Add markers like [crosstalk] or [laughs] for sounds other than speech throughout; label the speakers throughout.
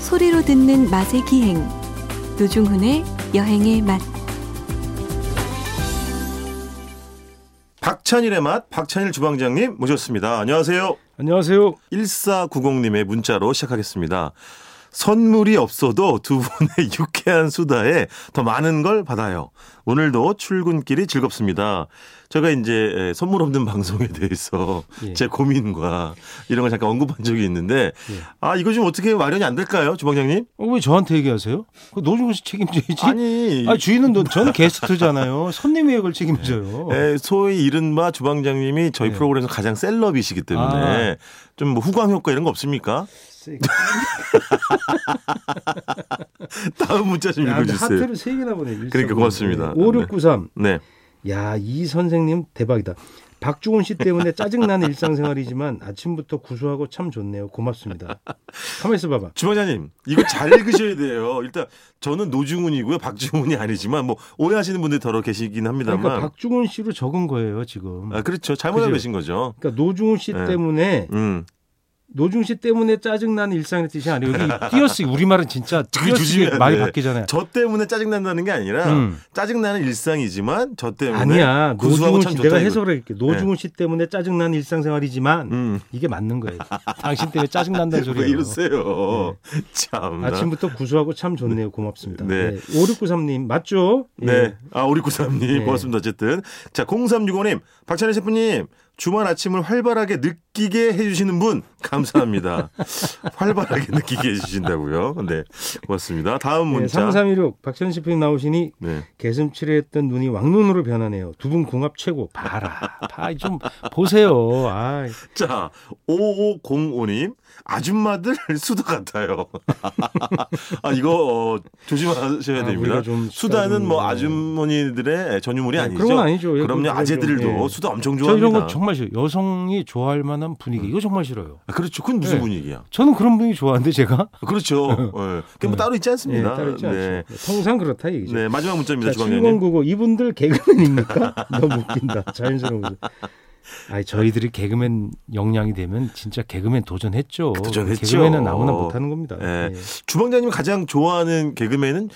Speaker 1: 소리로 듣는 맛의 기행 노중훈의 여행의 맛
Speaker 2: 박찬일의 맛, 박찬일 주방장님 모셨습니다. 안녕하세요.
Speaker 3: 안녕하세요. 어,
Speaker 2: 1490님의 문자로 시작하겠습니다. 선물이 없어도 두 분의 [laughs] 유쾌한 수다에 더 많은 걸 받아요. 오늘도 출근길이 즐겁습니다. 제가 이제 에, 선물 없는 [laughs] 방송에 대해서
Speaker 3: 예.
Speaker 2: 제 고민과 이런 걸 잠깐 언급한 적이 있는데
Speaker 3: 예.
Speaker 2: 아 이거 좀 어떻게 마련이 안 될까요, 주방장님?
Speaker 3: 어, 왜 저한테 얘기하세요? 그 노중훈 씨 책임져야지.
Speaker 2: 아니,
Speaker 3: 아니, 주인은 노- 저는 게스트잖아요. 손님이 그걸 책임져요.
Speaker 2: 에, 소위 이른바 주방장님이 저희
Speaker 3: 네.
Speaker 2: 프로그램에서 가장 셀럽이시기
Speaker 3: 아.
Speaker 2: 때문에 좀 뭐 후광 효과 이런 거 없습니까?
Speaker 3: 네.
Speaker 2: 다음 문자 좀
Speaker 3: 야, 근데
Speaker 2: 읽어주세요.
Speaker 3: 하트를 세 개나 보내.
Speaker 2: 네, 그러니까 고맙습니다.
Speaker 3: 5693.
Speaker 2: 네.
Speaker 3: 야, 이 선생님 대박이다. 박주훈 씨 때문에 짜증나는 일상생활이지만 아침부터 구수하고 참 좋네요. 고맙습니다. 가만 있어 봐봐.
Speaker 2: 주방장님 이거 잘 읽으셔야 돼요. 일단 저는 노중훈이고요. 박중훈이 아니지만 뭐 오해하시는 분들 더러 계시긴 합니다만.
Speaker 3: 그러니까 박주훈 씨로 적은 거예요, 지금.
Speaker 2: 아, 그렇죠. 잘못 알고
Speaker 3: 그죠?
Speaker 2: 계신 거죠.
Speaker 3: 그러니까 노중훈 씨
Speaker 2: 네.
Speaker 3: 때문에
Speaker 2: 음.
Speaker 3: 노중 씨 때문에 짜증나는 일상의 뜻이
Speaker 2: [laughs]
Speaker 3: 아니고 여기 띄어쓰기 우리말은 진짜
Speaker 2: 그게 조심해야
Speaker 3: 띄어쓰기 말이
Speaker 2: 돼.
Speaker 3: 바뀌잖아요.
Speaker 2: 저 때문에 짜증난다는 게 아니라
Speaker 3: 음.
Speaker 2: 짜증나는 일상이지만 저 때문에
Speaker 3: 아니야.
Speaker 2: 구수하고
Speaker 3: 노중훈
Speaker 2: 참
Speaker 3: 씨
Speaker 2: 좋다.
Speaker 3: 내가
Speaker 2: 이거.
Speaker 3: 해석을 할게. 노중훈 씨 때문에 짜증나는 일상생활이지만
Speaker 2: 음.
Speaker 3: 이게 맞는 거예요. [laughs] 뭐 당신 때문에 짜증난다는
Speaker 2: 왜
Speaker 3: 소리예요. 네.
Speaker 2: 이러세요? [laughs] 참.
Speaker 3: 아침부터 구수하고 참 좋네요. 고맙습니다.
Speaker 2: 네.
Speaker 3: 네. 5693님 맞죠? 예.
Speaker 2: 네. 아, 5693님.
Speaker 3: 네.
Speaker 2: 고맙습니다. 어쨌든. 자, 0365님. 박찬희 셰프님. 주말 아침을 활발하게 느끼게 해주시는 분, 감사합니다. [laughs] 활발하게 느끼게 해주신다고요. 네. 고맙습니다. 다음
Speaker 3: 네,
Speaker 2: 문자.
Speaker 3: 3316 박찬 씨님 나오시니
Speaker 2: 네.
Speaker 3: 개슴치레 했던 눈이 왕눈으로 변하네요. 두 분 궁합 최고. 봐라. 봐, 좀 보세요. 아,
Speaker 2: 자, 5505님. 아줌마들 [laughs] 수다 같아요. [laughs] 아, 이거, 어, 조심하셔야
Speaker 3: 아,
Speaker 2: 됩니다.
Speaker 3: 우리가 좀
Speaker 2: 수다는 뭐
Speaker 3: 수다 좀-
Speaker 2: 아주머니들의 전유물이
Speaker 3: 네,
Speaker 2: 아니죠.
Speaker 3: 그런 건 아니죠. 예, 그건
Speaker 2: 그럼요.
Speaker 3: 좀-
Speaker 2: 아재들도
Speaker 3: 예.
Speaker 2: 수다 엄청
Speaker 3: 저
Speaker 2: 좋아합니다.
Speaker 3: 이런 거 정말 싫어요. 여성이 좋아할 만한 분위기. 이거 정말 싫어요.
Speaker 2: 아, 그렇죠. 그건 무슨
Speaker 3: 네.
Speaker 2: 분위기야?
Speaker 3: 저는 그런 분위기 좋아하는데 제가 [laughs]
Speaker 2: 그렇죠. 예. 그게 뭐 따로 있지
Speaker 3: 예,
Speaker 2: 않습니다.
Speaker 3: 따로 있지
Speaker 2: 네.
Speaker 3: 않죠. 통상 그렇다 이기죠.
Speaker 2: 네, 마지막 문자입니다,
Speaker 3: 자,
Speaker 2: 주방장님.
Speaker 3: 7099 그러니까 이분들 개그맨입니까? [laughs] 너무 웃긴다. 자연스러운 거죠. 아니 저희들이 개그맨 역량이 되면 진짜 개그맨 도전했죠.
Speaker 2: 도전했죠.
Speaker 3: 개그맨은 아무나 못하는 겁니다.
Speaker 2: 예.
Speaker 3: 예.
Speaker 2: 주방장님 가장 좋아하는 개그맨은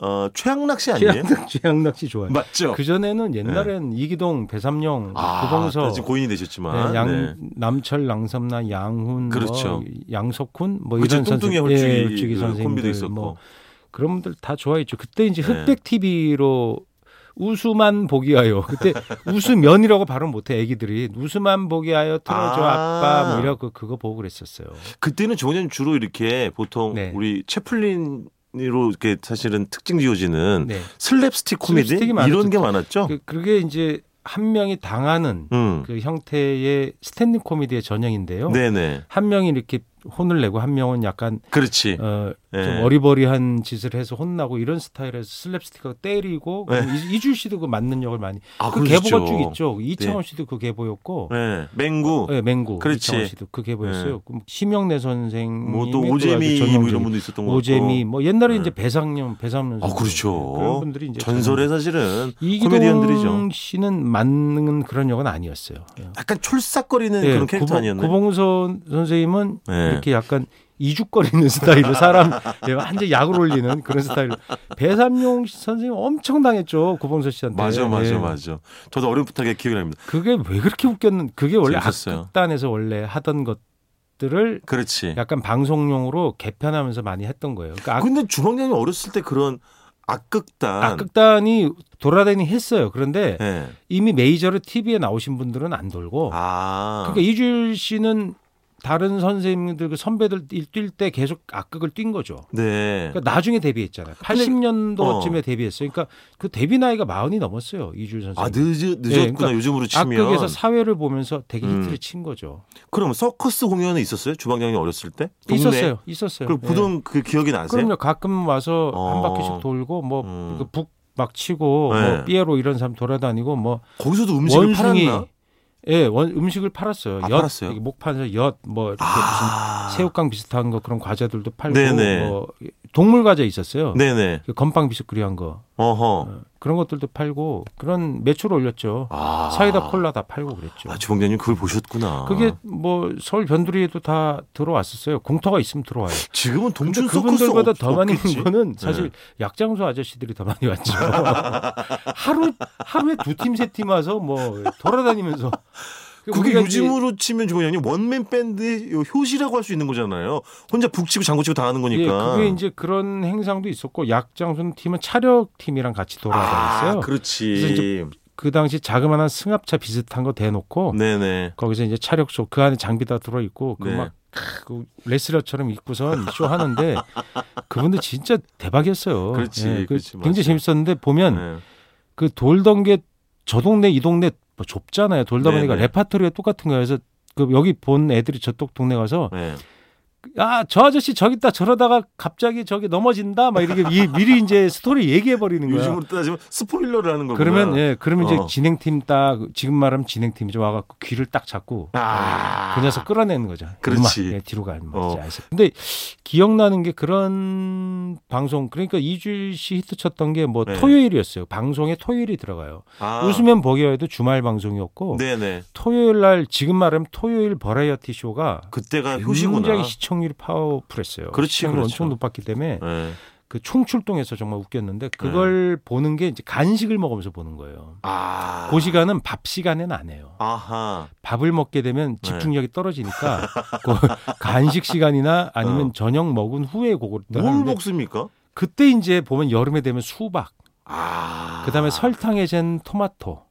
Speaker 2: 어, 최양락 씨 아니에요?
Speaker 3: 최양락 최양락 씨 좋아요.
Speaker 2: [laughs] 맞죠? 예.
Speaker 3: 그 전에는 옛날엔 이기동, 배삼룡,
Speaker 2: 아,
Speaker 3: 구동서,
Speaker 2: 지금 고인이 되셨지만.
Speaker 3: 네, 양
Speaker 2: 네.
Speaker 3: 남철, 랑삼나, 양훈,
Speaker 2: 그렇죠.
Speaker 3: 뭐, 양석훈, 뭐
Speaker 2: 그쵸,
Speaker 3: 이런
Speaker 2: 뚱뚱이
Speaker 3: 선생,
Speaker 2: 홀쭉이
Speaker 3: 예,
Speaker 2: 그
Speaker 3: 선생님들,
Speaker 2: 콤비도 있었고.
Speaker 3: 뭐 그런 분들 다 좋아했죠. 그때 이제
Speaker 2: 네.
Speaker 3: 흑백 TV로 우수만 보기하여 그때
Speaker 2: [laughs]
Speaker 3: 우수면이라고 발음 못해 애기들이 우수만 보기하여 틀어줘
Speaker 2: 아.
Speaker 3: 아~ 빠뭐 이러고 그거 보고 그랬었어요.
Speaker 2: 그때는 주방장님 주로 이렇게 보통
Speaker 3: 네.
Speaker 2: 우리 채플린으로 이렇게 사실은 특징 지어지는
Speaker 3: 네.
Speaker 2: 슬랩스틱 코미디
Speaker 3: 슬랩스틱이 많았죠.
Speaker 2: 이런 게 많았죠.
Speaker 3: 그, 그게 이제 한 명이 당하는
Speaker 2: 음.
Speaker 3: 그 형태의 스탠딩 코미디의 전형인데요.
Speaker 2: 네네.
Speaker 3: 한 명이 이렇게 혼을 내고 한 명은 약간
Speaker 2: 그렇지.
Speaker 3: 어,
Speaker 2: 예.
Speaker 3: 좀 어리버리한 짓을 해서 혼나고 이런 스타일에서 슬랩스틱하고 때리고
Speaker 2: 네.
Speaker 3: 그럼 이- 이주일 씨도 그 맞는 역을 많이
Speaker 2: 아,
Speaker 3: 그
Speaker 2: 그러시죠.
Speaker 3: 계보가 쭉 있죠 이창원 씨도 그 계보였고
Speaker 2: 네. 맹구.
Speaker 3: 예, 맹구
Speaker 2: 그렇지.
Speaker 3: 이창원 씨도 그
Speaker 2: 네.
Speaker 3: 계보였어요 그럼 심영래 선생
Speaker 2: 뭐 또 오재미 뭐 이런 분도 있었던 거 같고.
Speaker 3: 오재미 뭐 옛날에
Speaker 2: 네.
Speaker 3: 이제 배상령 배상령
Speaker 2: 아,
Speaker 3: 선생.
Speaker 2: 그렇죠.
Speaker 3: 그런 분들이 이제
Speaker 2: 전설의 사실은 [laughs]
Speaker 3: 이기동
Speaker 2: 코미디언들이죠.
Speaker 3: 씨는 맞는 그런 역은 아니었어요 예.
Speaker 2: 약간 촐싹거리는
Speaker 3: 예,
Speaker 2: 그런 캐릭터
Speaker 3: 구봉-
Speaker 2: 아니었나요?
Speaker 3: 구봉선 선생님은
Speaker 2: 예.
Speaker 3: 이렇게 약간 이죽거리는 [laughs] 스타일로 사람 예, 완전 약을 올리는 그런 스타일로 배삼용 선생님 엄청 당했죠 구봉선 씨한테
Speaker 2: 맞아, 맞아,
Speaker 3: 예.
Speaker 2: 맞아. 저도 어렴풋하게 기억이 납니다.
Speaker 3: 그게 왜 그렇게 웃겼는 그게 원래
Speaker 2: 재밌었어요.
Speaker 3: 악단에서 원래 하던 것들을
Speaker 2: 그렇지. 아,
Speaker 3: 약간 방송용으로 개편하면서 많이 했던 거예요 그러니까 악,
Speaker 2: 근데 주방장님 어렸을 때 그런 악극단.
Speaker 3: 악극단이 돌아다니 했어요 그런데
Speaker 2: 그러니까 아, 예.
Speaker 3: 이미 메이저로 TV에 나오신 분들은 안 돌고
Speaker 2: 아.
Speaker 3: 어. 그러니까 이주일 씨는 다른 선생님들 그 선배들 뛸 때 계속 악극을 뛴 거죠.
Speaker 2: 네.
Speaker 3: 그러니까 나중에 데뷔했잖아요. 80년도쯤에 데뷔했어요. 그러니까 그 데뷔 나이가 마흔이 넘었어요. 이주일 선생님.
Speaker 2: 아, 늦, 늦었구나.
Speaker 3: 그러니까
Speaker 2: 요즘으로 치면.
Speaker 3: 악극에서 사회를 보면서 되게
Speaker 2: 음.
Speaker 3: 히트를 친 거죠.
Speaker 2: 그럼 서커스 공연은 있었어요? 주방장님 어렸을 때? 동네?
Speaker 3: 있었어요. 있었어요.
Speaker 2: 그럼
Speaker 3: 예.
Speaker 2: 보던 그 기억이 나세요?
Speaker 3: 그럼요. 가끔 와서
Speaker 2: 어.
Speaker 3: 한 바퀴씩 돌고 뭐
Speaker 2: 음.
Speaker 3: 북 막 치고
Speaker 2: 네.
Speaker 3: 뭐 삐에로 이런 사람 돌아다니고 뭐
Speaker 2: 거기서도 음식을
Speaker 3: 원숭이
Speaker 2: 팔았나?
Speaker 3: 예, 원, 음식을 팔았어요.
Speaker 2: 아,
Speaker 3: 엿,
Speaker 2: 팔았어요?
Speaker 3: 이게 목판에서 엿뭐 이렇게 무슨
Speaker 2: 아.
Speaker 3: 새우깡 비슷한 거 그런 과자들도 팔고
Speaker 2: 네네.
Speaker 3: 뭐 동물 과자 있었어요.
Speaker 2: 네네.
Speaker 3: 그 건빵 비스쿠리 한 거.
Speaker 2: 어허.
Speaker 3: 어, 그런 것들도 팔고 그런 매출 올렸죠.
Speaker 2: 아.
Speaker 3: 사이다 콜라 다 팔고 그랬죠.
Speaker 2: 아, 주방장님 그걸 보셨구나.
Speaker 3: 그게 뭐 서울 변두리에도 다 들어왔었어요. 공터가 있으면 들어와요.
Speaker 2: 지금은
Speaker 3: 근데
Speaker 2: 동준 서커스
Speaker 3: 그분들보다
Speaker 2: 없,
Speaker 3: 더 많이
Speaker 2: 없겠지?
Speaker 3: 온 거는 [laughs] 사실
Speaker 2: 네.
Speaker 3: 약장수 아저씨들이 더 많이 왔죠. [laughs] 하루 하루에 두 팀 세 팀 와서 뭐 돌아다니면서 그러니까
Speaker 2: 그게
Speaker 3: 우리가 이제
Speaker 2: 요즘으로 치면 주방장님 원맨 밴드의 요 효시라고 할 수 있는 거잖아요. 혼자 북치고 장구치고 다 하는
Speaker 3: 예,
Speaker 2: 거니까.
Speaker 3: 그게 이제 그런 행상도 있었고 약장수 팀은 차력 팀이랑 같이 돌아다녔어요.
Speaker 2: 아,
Speaker 3: 그...
Speaker 2: 그렇지.
Speaker 3: 그래서 당시 자그마한 승합차 비슷한 거 대놓고
Speaker 2: 네네.
Speaker 3: 거기서 이제 차력쇼 그 안에 장비 다 들어 있고
Speaker 2: 음. 네.
Speaker 3: 그막 그 레슬러처럼 입고선 쇼 하는데 그분들 진짜 대박이었어요.
Speaker 2: 그렇지,
Speaker 3: 예, 그
Speaker 2: 그렇지, 맞아요.
Speaker 3: 굉장히 재밌었는데 보면
Speaker 2: 네.
Speaker 3: 그 돌던 게 저 동네 이 동네 뭐 좁잖아요. 돌다 보니까
Speaker 2: 네네.
Speaker 3: 레파토리가 똑같은 거여서 그 여기 본 애들이 저쪽 동네 가서
Speaker 2: 네.
Speaker 3: 아 저 아저씨 저기 있다 저러다가 갑자기 저기 넘어진다 막 이렇게 이- 미리 이제 스토리 얘기해 버리는 거야.
Speaker 2: 요즘으로 따지면 스포일러를 하는 거구나.
Speaker 3: 음. 그러면 예 그러면 이제
Speaker 2: 어.
Speaker 3: 진행팀 딱 지금 말하면 진행팀이 좀 와갖고 귀를 딱 잡고
Speaker 2: 아.
Speaker 3: 그 녀석 끌어내는 거죠.
Speaker 2: 그렇지.
Speaker 3: 이리 와. 예, 뒤로 가.
Speaker 2: 어.
Speaker 3: 어. 근데 기억나는 게 그런 방송 그러니까 이주일 씨 히트 쳤던 게 뭐
Speaker 2: 네.
Speaker 3: 토요일이었어요. 방송에 토요일이 들어가요.
Speaker 2: 아.
Speaker 3: 웃으면 버기어에도 주말 방송이었고
Speaker 2: 네네.
Speaker 3: 토요일 날 지금 말하면 토요일 버라이어티 쇼가
Speaker 2: 그때가 효시구나.
Speaker 3: 굉장히 시청률이 파워풀했어요.
Speaker 2: 그렇지,
Speaker 3: 시청률
Speaker 2: 그렇죠.
Speaker 3: 엄청 높았기 때문에
Speaker 2: 네.
Speaker 3: 그 총출동해서 정말 웃겼는데 그걸 보는 게 이제 간식을 먹으면서 보는 거예요.
Speaker 2: 아.
Speaker 3: 그 시간은 밥 시간엔 안 해요.
Speaker 2: 아하.
Speaker 3: 밥을 먹게 되면
Speaker 2: 네.
Speaker 3: 집중력이
Speaker 2: [laughs]
Speaker 3: 떨어지니까 그 간식 시간이나 아니면
Speaker 2: 어.
Speaker 3: 저녁 먹은 후에 그걸
Speaker 2: 뭘
Speaker 3: 하는데
Speaker 2: 먹습니까?
Speaker 3: 그때 이제 보면 여름에 되면 수박,
Speaker 2: 아.
Speaker 3: 그다음에 설탕에 잰 토마토,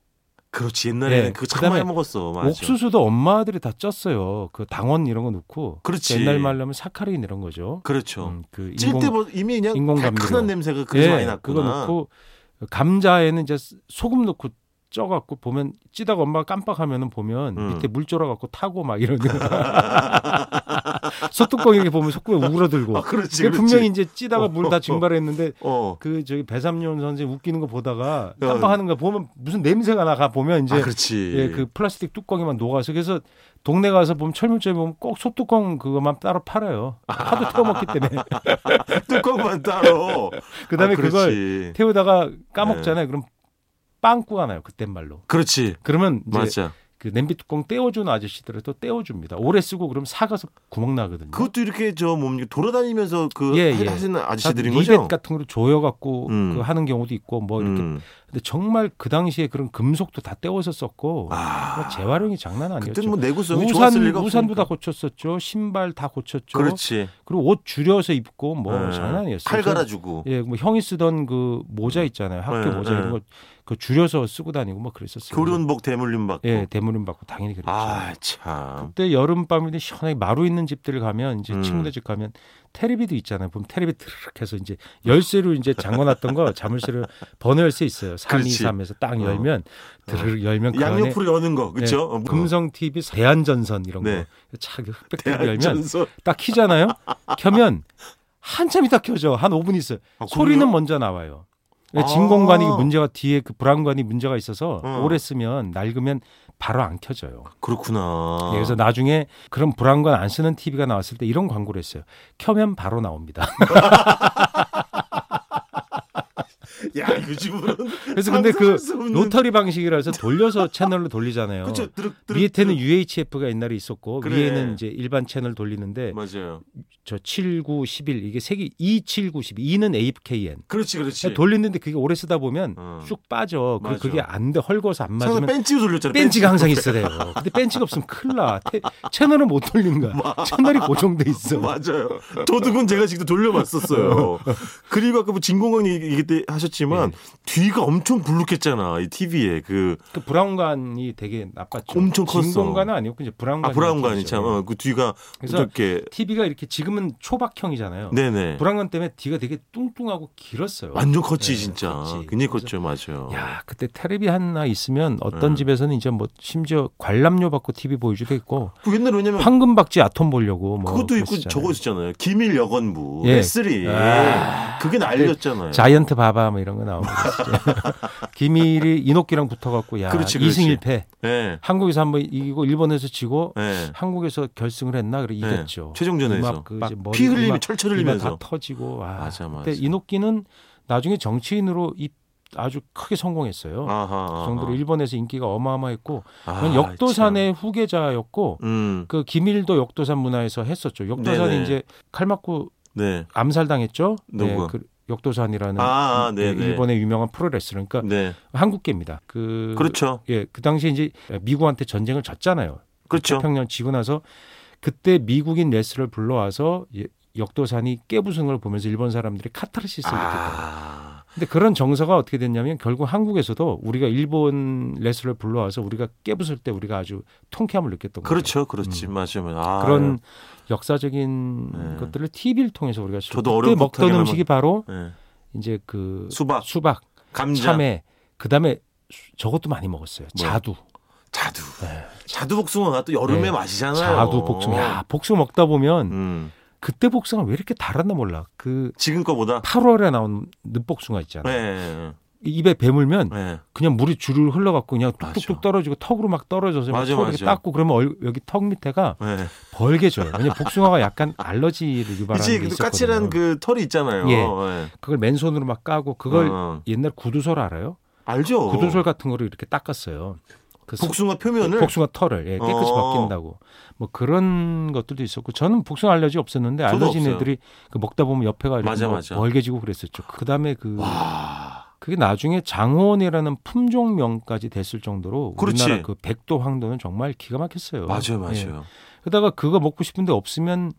Speaker 2: 그렇지 옛날에는
Speaker 3: 예,
Speaker 2: 그거 참
Speaker 3: 그다음에
Speaker 2: 많이 먹었어. 맞아.
Speaker 3: 옥수수도 엄마들이 다 쪘어요. 그 당원 이런 거 넣고
Speaker 2: 그렇지.
Speaker 3: 옛날 말로 하면 사카린 이런 거죠.
Speaker 2: 그렇죠.
Speaker 3: 음, 그 인공-
Speaker 2: 찔때 뭐 이미 그냥
Speaker 3: 인공감미료.
Speaker 2: 달큰한 냄새가 그래서
Speaker 3: 예,
Speaker 2: 많이 났구나.
Speaker 3: 그거 넣고 감자에는 이제 소금 넣고 쪄갖고 보면 찌다가 엄마가 깜빡하면은 보면
Speaker 2: 음.
Speaker 3: 밑에 물 졸아갖고 타고 막 이러는 [laughs] 소뚜껑 이렇게 보면 소금에 우러들고
Speaker 2: 아, 그렇지.
Speaker 3: 그게
Speaker 2: 그렇지.
Speaker 3: 분명히 이제 찌다가
Speaker 2: [laughs]
Speaker 3: 물
Speaker 2: 어, 어.
Speaker 3: 다 증발했는데
Speaker 2: 어.
Speaker 3: 그 저기 배삼룡 선생 웃기는 거 보다가
Speaker 2: 어.
Speaker 3: 깜빡하는 거 보면 무슨 냄새가 나가 보면 이제
Speaker 2: 아, 그렇지.
Speaker 3: 예, 그 플라스틱 뚜껑에만 녹아서 그래서 동네 가서 보면 철물점에 보면 꼭 소뚜껑 그거만 따로 팔아요.
Speaker 2: [laughs]
Speaker 3: 하도 태워 먹기 때문에.
Speaker 2: [laughs] 뚜껑만 따로.
Speaker 3: [laughs] 그다음에
Speaker 2: 아, 그렇지. 예.
Speaker 3: 그걸 태우다가 까먹잖아요. 그럼 빵꾸가 나요. 그땐 말로.
Speaker 2: 그렇지.
Speaker 3: 그러면 이제
Speaker 2: 맞아.
Speaker 3: 그 냄비 뚜껑 떼어주는 아저씨들은 또 떼어줍니다. 오래 쓰고 그럼 사가서 구멍 나거든요.
Speaker 2: 그것도 이렇게 저 뭡니까 돌아다니면서 그
Speaker 3: 예,
Speaker 2: 하-
Speaker 3: 예.
Speaker 2: 하시는
Speaker 3: 다
Speaker 2: 아저씨들인
Speaker 3: 리벳
Speaker 2: 거죠?
Speaker 3: 같은 걸로 조여갖고
Speaker 2: 음.
Speaker 3: 그 하는 경우도 있고 뭐 이렇게.
Speaker 2: 음.
Speaker 3: 근데 정말 그 당시에 그런 금속도 다 떼워서 썼고
Speaker 2: 아.
Speaker 3: 정말 재활용이 장난 아니었죠.
Speaker 2: 그때 뭐 내구성이
Speaker 3: 우산
Speaker 2: 좋았을 리가
Speaker 3: 우산도 다
Speaker 2: 없으니까.
Speaker 3: 고쳤었죠. 신발 다 고쳤죠.
Speaker 2: 그렇지.
Speaker 3: 리고옷 줄여서 입고 뭐
Speaker 2: 예.
Speaker 3: 장난 아니었어요.
Speaker 2: 칼
Speaker 3: 저는
Speaker 2: 갈아주고.
Speaker 3: 예, 뭐 형이 쓰던 그 모자 있잖아요. 학교
Speaker 2: 네,
Speaker 3: 모자
Speaker 2: 네.
Speaker 3: 이런 거그 줄여서 쓰고 다니고 뭐 그랬었어요.
Speaker 2: 교련복 대물림 받고.
Speaker 3: 예, 그렇죠. 대물림 받고 당연히 그랬죠.
Speaker 2: 뭐. 아, 참.
Speaker 3: 그때 여름밤인데 시원하게 마루 있는 집들 가면 이제
Speaker 2: 음.
Speaker 3: 친구들 집 가면 테레비도 있잖아요. 보면 테레비 트르륵 해서 이제 열쇠로 이제 잠궈놨던 거 자물쇠를 번호 열쇠 있어요. 3,
Speaker 2: 그렇지.
Speaker 3: 2, 3에서 딱
Speaker 2: 어.
Speaker 3: 열면 드르륵 열면 그 안에
Speaker 2: 양옆으로 여는 거. 그렇죠?
Speaker 3: 예, 금성 TV 대한전선 이런
Speaker 2: 네.
Speaker 3: 거. 차그 빽빽 열면
Speaker 2: 대한전선.
Speaker 3: 딱 키잖아요. 켜면 한참 있다 켜져. 한 5분 있어요.
Speaker 2: 아,
Speaker 3: 소리는
Speaker 2: 그래요?
Speaker 3: 먼저 나와요.
Speaker 2: 아.
Speaker 3: 진공관이 문제가 뒤에 그 불안관이 문제가 있어서
Speaker 2: 어.
Speaker 3: 오래 쓰면 낡으면 바로 안 켜져요.
Speaker 2: 그렇구나.
Speaker 3: 예, 그래서 나중에 그런 불안관 안 쓰는 TV가 나왔을 때 이런 광고를 했어요. 켜면 바로 나옵니다. [laughs]
Speaker 2: 야
Speaker 3: [laughs]
Speaker 2: 요즘은
Speaker 3: 그래서 근데 그
Speaker 2: 상상할 수 없는- 어,
Speaker 3: 로터리 방식이라서 돌려서 채널로 돌리잖아요.
Speaker 2: 그쵸 드륵 드륵
Speaker 3: 밑에는 UHF가 옛날에 있었고
Speaker 2: 그래. 뭐.
Speaker 3: 위에는 이제 일반 채널 돌리는데
Speaker 2: 드륵. 맞아요
Speaker 3: 저 7911 이게 색이 27912 2는 AKN
Speaker 2: 그렇지 그렇지
Speaker 3: 그러니까 돌리는데 그게 오래 쓰다 보면
Speaker 2: 어.
Speaker 3: 쑥 빠져. 그,
Speaker 2: 맞아.
Speaker 3: 그게 안 돼. 헐거워서 안
Speaker 2: 상상
Speaker 3: 맞으면
Speaker 2: 벤치로 돌렸잖아
Speaker 3: 벤치가 항상 있어야 돼요. 근데 벤치가 없으면 큰일 나. 태- 채널은 못 돌리는 거야. 채널이 고정돼 있어.
Speaker 2: 맞아요 도둑은 제가 직접
Speaker 3: [laughs]
Speaker 2: 돌려봤었어요 그리고 아까 뭐 진공관 얘기 때 하셨지만
Speaker 3: 네.
Speaker 2: 뒤가 엄청 불룩했잖아 이 TV에 그
Speaker 3: 그 브라운관이 되게 나빴죠.
Speaker 2: 엄청 컸어.
Speaker 3: 진공관은 아니었고 이제 브라운관.
Speaker 2: 아, 브라운관이 참그 뒤가
Speaker 3: 그래서
Speaker 2: 어떻게
Speaker 3: TV가 이렇게 지금은 초박형이잖아요.
Speaker 2: 네네
Speaker 3: 브라운관 때문에 뒤가 되게 뚱뚱하고 길었어요.
Speaker 2: 완전 컸지
Speaker 3: 네,
Speaker 2: 진짜
Speaker 3: 컸지.
Speaker 2: 굉장히 컸죠 맞아요
Speaker 3: 야, 그때 텔레비 하나 있으면 어떤
Speaker 2: 음.
Speaker 3: 집에서는 이제 뭐 심지어 관람료 받고 TV 보여주도 있고
Speaker 2: 그 옛날에 왜냐면
Speaker 3: 황금박쥐 아톰 보려고 뭐
Speaker 2: 그것도 있고
Speaker 3: 그랬었잖아요.
Speaker 2: 저거 있었잖아요 기밀 여건부
Speaker 3: 예.
Speaker 2: S3
Speaker 3: 아.
Speaker 2: 그게 날렸잖아요
Speaker 3: 자이언트 바바 뭐 이런 거 나오고
Speaker 2: [laughs]
Speaker 3: 기밀이 이노끼랑 붙어갖고 야
Speaker 2: 그렇지, 그렇지.
Speaker 3: 2승 1패
Speaker 2: 예.
Speaker 3: 한국에서 한번 이기고 일본에서 지고
Speaker 2: 예.
Speaker 3: 한국에서 결승을 했나 그래 이겼죠.
Speaker 2: 네. 최종전에서.
Speaker 3: 음악 그
Speaker 2: 막
Speaker 3: 이제
Speaker 2: 피 흘림이
Speaker 3: 이마-
Speaker 2: 철철
Speaker 3: 이마
Speaker 2: 흘리면서.
Speaker 3: 다 터지고 와.
Speaker 2: 맞아, 맞아.
Speaker 3: 근데 이노끼는 나중에 정치인으로 입 아주 크게 성공했어요.
Speaker 2: 아,
Speaker 3: 그 정도로 일본에서 인기가 어마어마했고 그건 역도산의 후계자였고
Speaker 2: 음,
Speaker 3: 그 김일도 역도산 문화에서 했었죠. 역도산이
Speaker 2: 네네.
Speaker 3: 이제 칼 맞고
Speaker 2: 네,
Speaker 3: 암살당했죠.
Speaker 2: 누구요?
Speaker 3: 그 역도산이라는
Speaker 2: 아, 아,
Speaker 3: 예,
Speaker 2: 네네.
Speaker 3: 일본의 유명한 프로레슬러. 그러니까
Speaker 2: 네,
Speaker 3: 한국계입니다. 그
Speaker 2: 그렇죠,
Speaker 3: 예, 그 당시에 이제 미국한테 전쟁을 졌잖아요.
Speaker 2: 그렇죠.
Speaker 3: 태평양 지고 나서 그때 미국인 레슬을 불러와서 예, 역도산이 깨부수는 걸 보면서 일본 사람들이 카타르시스를 느꼈다.
Speaker 2: 아,
Speaker 3: 근데 그런 정서가 어떻게 됐냐면 결국 한국에서도 우리가 일본 레슬을 불러와서 우리가 깨부술 때 우리가 아주 통쾌함을 느꼈던 거죠.
Speaker 2: 그렇죠, 그렇지, 맞아요. 맞아요. 아,
Speaker 3: 음. 그런 역사적인
Speaker 2: 네.
Speaker 3: 것들을 TV를 통해서 우리가
Speaker 2: 저도
Speaker 3: 그때
Speaker 2: 어렴풋하게
Speaker 3: 먹던
Speaker 2: 한번-
Speaker 3: 음식이 바로
Speaker 2: 네.
Speaker 3: 이제 그
Speaker 2: 수박, 음,
Speaker 3: 수박,
Speaker 2: 감자,
Speaker 3: 참외, 그다음에 수- 저것도 많이 먹었어요.
Speaker 2: 뭐요?
Speaker 3: 자두.
Speaker 2: 자두,
Speaker 3: 네.
Speaker 2: 자두 복숭아가 또 여름에
Speaker 3: 네.
Speaker 2: 맛이잖아요. 어.
Speaker 3: 자두 복숭아. 야, 복숭아 먹다 보면
Speaker 2: 음,
Speaker 3: 그때 복숭아 왜 이렇게 달았나 몰라. 그
Speaker 2: 지금 거보다.
Speaker 3: 8월에 나온 늦복숭아 있잖아. 요
Speaker 2: 네,
Speaker 3: 입에 뱀물면
Speaker 2: 네,
Speaker 3: 그냥 물이 주르르 흘러갖고 그냥 뚝뚝뚝
Speaker 2: 맞아.
Speaker 3: 떨어지고 턱으로 막 떨어져서 막
Speaker 2: 맞아,
Speaker 3: 서로 이렇게
Speaker 2: 맞아.
Speaker 3: 닦고 그러면 얼- 여기 턱 밑에가
Speaker 2: 네.
Speaker 3: 벌게져요. 왜냐면 복숭아가 약간 알러지를 유발하는
Speaker 2: 그치,
Speaker 3: 게
Speaker 2: 그
Speaker 3: 있었거든요.
Speaker 2: 까칠한 그 털이 있잖아요.
Speaker 3: 예.
Speaker 2: 네.
Speaker 3: 그걸 맨손으로 막 까고 그걸
Speaker 2: 어.
Speaker 3: 옛날 구두솔 알아요?
Speaker 2: 알죠.
Speaker 3: 구두솔 같은 거로 이렇게 닦았어요. 그 소-
Speaker 2: 복숭아 표면을
Speaker 3: 복숭아 털을 예, 깨끗이
Speaker 2: 어.
Speaker 3: 벗긴다고 뭐 그런 것들도 있었고 저는 복숭아 알러지 없었는데
Speaker 2: 저도
Speaker 3: 알러지
Speaker 2: 없어요.
Speaker 3: 애들이 그 먹다 보면 옆에가 이렇게
Speaker 2: 맞아,
Speaker 3: 뭐
Speaker 2: 맞아.
Speaker 3: 벌개지고 그랬었죠. 그다음에 그
Speaker 2: 와,
Speaker 3: 그게 나중에 장호원이라는 품종명까지 됐을 정도로
Speaker 2: 그렇지.
Speaker 3: 우리나라 그 백도 황도는 정말 기가 막혔어요.
Speaker 2: 맞아요,
Speaker 3: 예.
Speaker 2: 맞아요.
Speaker 3: 그러다가 그거 먹고 싶은데 없으면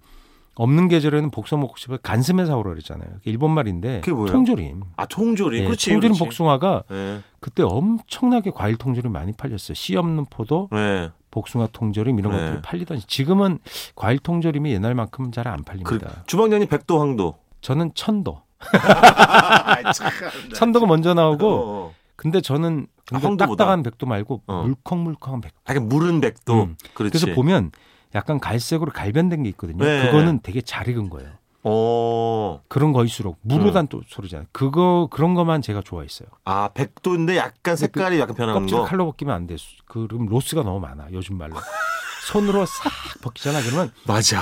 Speaker 3: 없는 계절에는 복숭아 먹고 싶어 간스메 사오라 그랬잖아요. 그게 일본 말인데
Speaker 2: 그게 뭐예요?
Speaker 3: 통조림.
Speaker 2: 아, 통조림,
Speaker 3: 예,
Speaker 2: 그렇지.
Speaker 3: 통조림
Speaker 2: 그렇지.
Speaker 3: 복숭아가
Speaker 2: 네.
Speaker 3: 그때 엄청나게 과일 통조림 많이 팔렸어요. 씨 없는 포도,
Speaker 2: 네.
Speaker 3: 복숭아 통조림 이런
Speaker 2: 네.
Speaker 3: 것들이 팔리던 시 지금은 과일 통조림이 옛날만큼은 잘 안
Speaker 2: 그
Speaker 3: 팔립니다.
Speaker 2: 주방장님 백도황도.
Speaker 3: 저는 천도.
Speaker 2: [laughs] 아, 참.
Speaker 3: 천도가 먼저 나오고
Speaker 2: 어, 어.
Speaker 3: 근데 저는 근데
Speaker 2: 황도보다.
Speaker 3: 딱딱한 백도 말고
Speaker 2: 어.
Speaker 3: 물컹물컹한 백도.
Speaker 2: 아, 그러니까 물은 백도.
Speaker 3: 음.
Speaker 2: 그렇지.
Speaker 3: 그래서 보면 약간 갈색으로 갈변된 게 있거든요.
Speaker 2: 네.
Speaker 3: 그거는 되게 잘 익은 거예요.
Speaker 2: 어,
Speaker 3: 그런 거일수록
Speaker 2: 음.
Speaker 3: 무르단 또 소리잖아요. 그거 그런 것만 제가 좋아했어요.
Speaker 2: 아 백도인데 약간 색깔이 약간 변하는
Speaker 3: 그 껍질을
Speaker 2: 거.
Speaker 3: 칼로 벗기면 안 돼. 수- 그럼 로스가 너무 많아. 요즘 말로. 손으로 싹 벗기잖아. 그러면
Speaker 2: 맞아.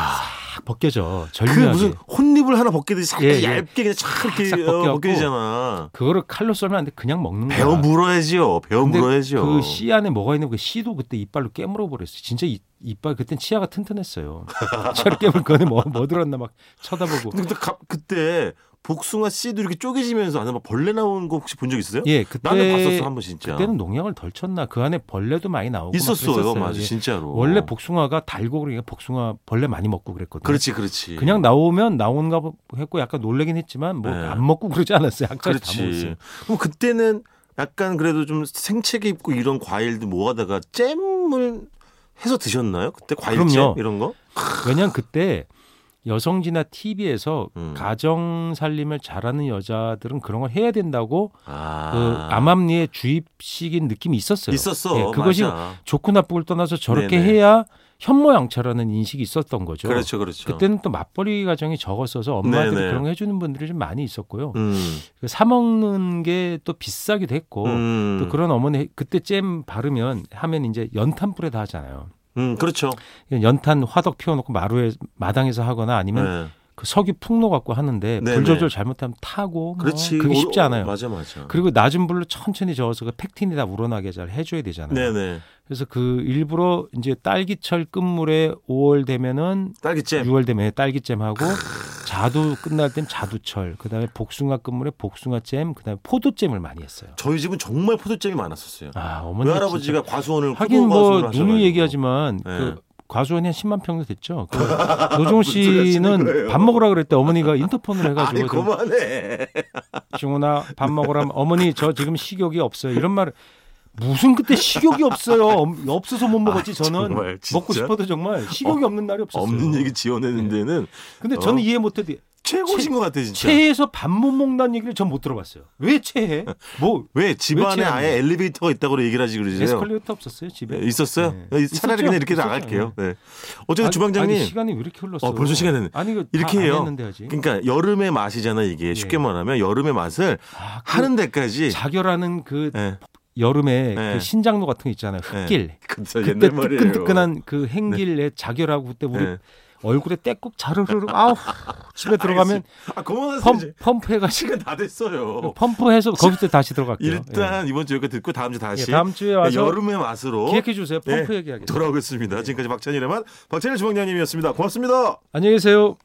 Speaker 3: 딱 벗겨져.
Speaker 2: 그
Speaker 3: 절묘하게.
Speaker 2: 무슨 혼잎을 하나 벗기듯이 싹
Speaker 3: 예, 예.
Speaker 2: 얇게 그냥 쫙
Speaker 3: 싹
Speaker 2: 이렇게
Speaker 3: 벗겨갖고.
Speaker 2: 어, 벗겨지잖아.
Speaker 3: 그거를 칼로 썰면 안 돼. 그냥 먹는 거야.
Speaker 2: 배워 물어야지요. 배워
Speaker 3: 근데
Speaker 2: 물어야지요.
Speaker 3: 그 씨 안에 뭐가 있는 그 씨도 그때 이빨로 깨물어 버렸어요. 진짜 이, 이빨 그땐 치아가 튼튼했어요. [laughs] 치아로 깨물 거는 뭐, 뭐 들었나 막 쳐다보고.
Speaker 2: 근데 그때 가- 그때 복숭아 씨도 이렇게 쪼개지면서 안에 막 벌레 나오는 거 혹시 본 적 있으세요?
Speaker 3: 예, 그때
Speaker 2: 나는 봤었어 한 번 진짜.
Speaker 3: 그때는 농약을 덜 쳤나 그 안에 벌레도 많이 나오고 막
Speaker 2: 있었어요,
Speaker 3: 그랬었어요.
Speaker 2: 맞아
Speaker 3: 예.
Speaker 2: 진짜로.
Speaker 3: 원래 복숭아가 달고 그러니까 복숭아 벌레 많이 먹고 그랬거든요.
Speaker 2: 그렇지, 그렇지.
Speaker 3: 뭐. 그냥 나오면 나온가 보- 했고 약간 놀래긴 했지만 뭐
Speaker 2: 네.
Speaker 3: 안 먹고 그러지 않았어요. 아까 다 먹었어요.
Speaker 2: 그렇지. 그럼 그때는 약간 그래도 좀 생채기 있고 이런 과일도 모아다가 잼을 해서 드셨나요? 그때 과일잼
Speaker 3: 그럼요.
Speaker 2: 이런 거?
Speaker 3: 왜냐면 그때 여성지나 TV에서
Speaker 2: 음.
Speaker 3: 가정 살림을 잘하는 여자들은 그런 걸 해야 된다고
Speaker 2: 아,
Speaker 3: 그 암암리에 주입식인 느낌이 있었어요.
Speaker 2: 있었어.
Speaker 3: 예, 그것이
Speaker 2: 맞아.
Speaker 3: 좋고 나쁘고를 떠나서 저렇게
Speaker 2: 네네.
Speaker 3: 해야 현모양처라는 인식이 있었던 거죠.
Speaker 2: 그렇죠, 그렇죠.
Speaker 3: 그때는 또 맞벌이 가정이 적었어서 엄마들이
Speaker 2: 네네.
Speaker 3: 그런 거 해주는 분들이 좀 많이 있었고요.
Speaker 2: 음,
Speaker 3: 그사 먹는 게 또 비싸기도 했고
Speaker 2: 음,
Speaker 3: 뭐 또 그런 어머니 그때 잼 바르면 하면 이제 연탄불에다 하잖아요.
Speaker 2: 음, 그렇죠.
Speaker 3: 연탄 화덕 피워놓고 마루에 마당에서 하거나 아니면
Speaker 2: 네.
Speaker 3: 그 석유 풍로 갖고 하는데 불
Speaker 2: 네네.
Speaker 3: 조절 잘못하면 타고 뭐
Speaker 2: 그렇지.
Speaker 3: 그게
Speaker 2: 오-
Speaker 3: 쉽지 않아요.
Speaker 2: 맞아, 맞아.
Speaker 3: 그리고 낮은 불로 천천히 저어서 그 팩틴이 다 우러나게 잘 해줘야 되잖아요.
Speaker 2: 네네.
Speaker 3: 그래서 그 일부러 이제 딸기철 끝물에 5월 되면은
Speaker 2: 딸기잼.
Speaker 3: 6월 되면 딸기잼 하고 자두 끝날 땐 자두철, 그다음에 복숭아 끝물에 복숭아잼, 그다음에 포도잼을 많이 했어요.
Speaker 2: 저희 집은 정말 포도잼이 많았었어요.
Speaker 3: 아 어머니
Speaker 2: 그 외할아버지가 과수원을 포도
Speaker 3: 하긴 뭐
Speaker 2: 과수원을 하셔가지고.
Speaker 3: 누누이 얘기하지만
Speaker 2: 네.
Speaker 3: 그 과수원이 한 10만 평도 됐죠.
Speaker 2: [laughs]
Speaker 3: 그 노종
Speaker 2: 무슨 소리 하시는
Speaker 3: 씨는
Speaker 2: 거예요?
Speaker 3: 밥 먹으라 그랬대 어머니가 인터폰을
Speaker 2: 아니
Speaker 3: 해가지고 좀
Speaker 2: 그만해.
Speaker 3: 중훈아 밥 먹으라 하면 어머니 저 지금 식욕이 없어요 이런 말을 무슨 그때 식욕이 없어요 엄- 없어서 못 먹었지 저는
Speaker 2: 아, 정말, 진짜?
Speaker 3: 먹고 싶어도 정말 식욕이 없는 날이 없었어요. 예.
Speaker 2: 없는 얘기 지어내는 데는
Speaker 3: 근데 저는
Speaker 2: 어?
Speaker 3: 이해 못해도
Speaker 2: 최고신 것 같아 진짜.
Speaker 3: 체해서 밥 못 먹는다는 얘기를 전 못 들어봤어요. 왜 체해? 뭐
Speaker 2: [laughs] 왜
Speaker 3: 왜
Speaker 2: 집안에
Speaker 3: 체하는
Speaker 2: 아예 엘리베이터가 있다고 얘기를 하지 그러세요?
Speaker 3: 에스컬레이터 없었어요 집에?
Speaker 2: 있었어요?
Speaker 3: 네.
Speaker 2: 차라리
Speaker 3: 있었죠?
Speaker 2: 그냥 이렇게
Speaker 3: 있었죠?
Speaker 2: 나갈게요.
Speaker 3: 네.
Speaker 2: 네. 어쨌든
Speaker 3: 아니,
Speaker 2: 주방장님
Speaker 3: 아니, 시간이 왜 이렇게 흘렀어?
Speaker 2: 어, 벌써 시간 됐네.
Speaker 3: 아니 이거
Speaker 2: 이렇게
Speaker 3: 다안
Speaker 2: 해요.
Speaker 3: 했는데 아직. 네.
Speaker 2: 그러니까 여름의 맛이잖아 이게 쉽게 말하면 여름의 맛을
Speaker 3: 아, 그
Speaker 2: 하는 데까지
Speaker 3: 자결하는 그
Speaker 2: 예.
Speaker 3: 여름에
Speaker 2: 네.
Speaker 3: 그 신장로 같은 거 있잖아요. 흙길.
Speaker 2: 그때 네.
Speaker 3: 그때 뜨끈뜨끈한 그 행길에 자결하고 그때 우리
Speaker 2: 예.
Speaker 3: 얼굴에 때국 자르르르 아우
Speaker 2: [laughs]
Speaker 3: 집에 들어가면
Speaker 2: 아, 그만하세요.
Speaker 3: 펌,
Speaker 2: 이제.
Speaker 3: 펌프해가지고
Speaker 2: 시간 다 됐어요.
Speaker 3: 펌프해서 거기서 다시 들어갈게요.
Speaker 2: 일단 이번 주 여기까지 듣고 다음 주
Speaker 3: 예. 예,
Speaker 2: 다시 네,
Speaker 3: 다음 주에 와서
Speaker 2: 여름의 맛으로
Speaker 3: 기획해 주세요. 펌프
Speaker 2: 예,
Speaker 3: 얘기하겠습니다.
Speaker 2: 돌아오겠습니다. 지금까지 박찬일의 맛 박찬일 주방장님이었습니다. 고맙습니다.
Speaker 3: 안녕히 계세요.